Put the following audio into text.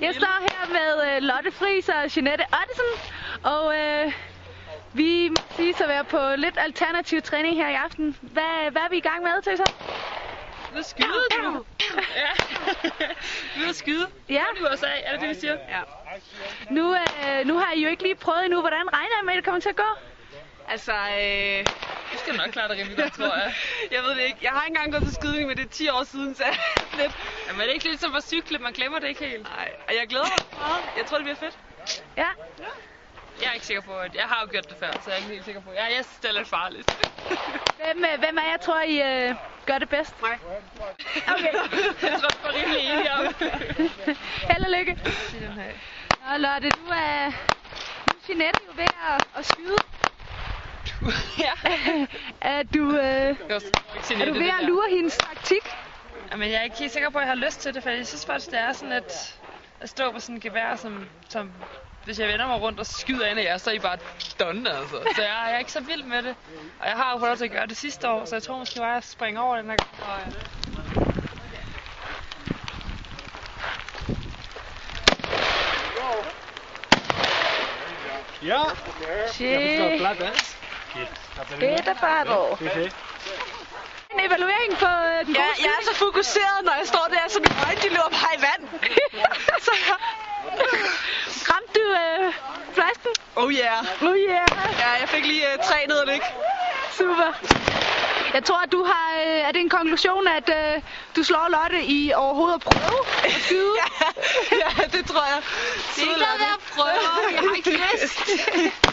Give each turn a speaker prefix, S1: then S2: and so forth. S1: Jeg står her med øh, Lotte Friis og Jeanette Ottesen, og øh, vi må sige at være på lidt alternativ træning her i aften. Hvad, hvad er vi i gang med, Tøser?
S2: Nu skyder du. Ja. Nu er der skyde.
S1: Ja,
S2: Nu er USA, er det det, vi siger? Ja.
S1: nu, øh, nu har I jo ikke lige prøvet endnu, hvordan regner I med, at det kommer til at gå?
S3: Altså, øh,
S2: Du skal nok klare dig rimelig godt, tror jeg.
S3: jeg ved det ikke. Jeg har ikke engang gået til skydning, men det er 10 år siden, så lidt.
S2: Jamen, er det ikke lidt som at cykle? Man glemmer det ikke helt.
S3: Nej, og jeg glæder mig meget. Jeg tror, det bliver fedt.
S1: Ja,
S2: Jeg er ikke sikker på, at jeg har jo gjort det før, så jeg er ikke helt sikker på. Ja, jeg synes, det er lidt farligt.
S1: hvem, øh, hvem er jeg, tror I øh, gør det bedst?
S3: Nej.
S1: Okay,
S2: Jeg tror, vi er rimelig enige om.
S1: held og lykke. Nå, Lotte, du er, nu er Jeanette jo ved at, at skyde.
S2: Ja.
S1: er, du, øh,
S2: Det var sgu ikke
S1: er du ved at lure hendes taktik?
S4: Jamen, jeg er ikke helt sikker på, at jeg har lyst til det, for jeg synes faktisk, det er sådan, at, at stå på sådan en gevær, som, som hvis jeg vender mig rundt og skyder ind i jer, så er I bare done, altså. Så jeg, jeg er ikke så vild med det. Og jeg har jo fået lov til at gøre det sidste år, så jeg tror måske bare, at jeg springer over den her gang. Og, øh,
S5: Ja,
S1: Shit.
S5: klart, ja.
S1: Det er bare
S5: Okay.
S1: En evaluering på øh, den
S3: Ja,
S1: gode
S3: jeg er så fokuseret, når jeg står der, så mine øjne, de løber bare i vand. så jeg,
S1: skydning. Ramte du øh, flasken?
S3: oh yeah.
S1: Oh yeah.
S3: Ja, jeg fik lige øh, tre ned, ikke?
S1: Super. Jeg tror, at du har... Øh, er det en konklusion, at øh, du slår Lotte i overhovedet at prøve at skyde?
S3: ja, det tror jeg. Det er ikke noget, jeg prøver. Jeg har ikke lyst.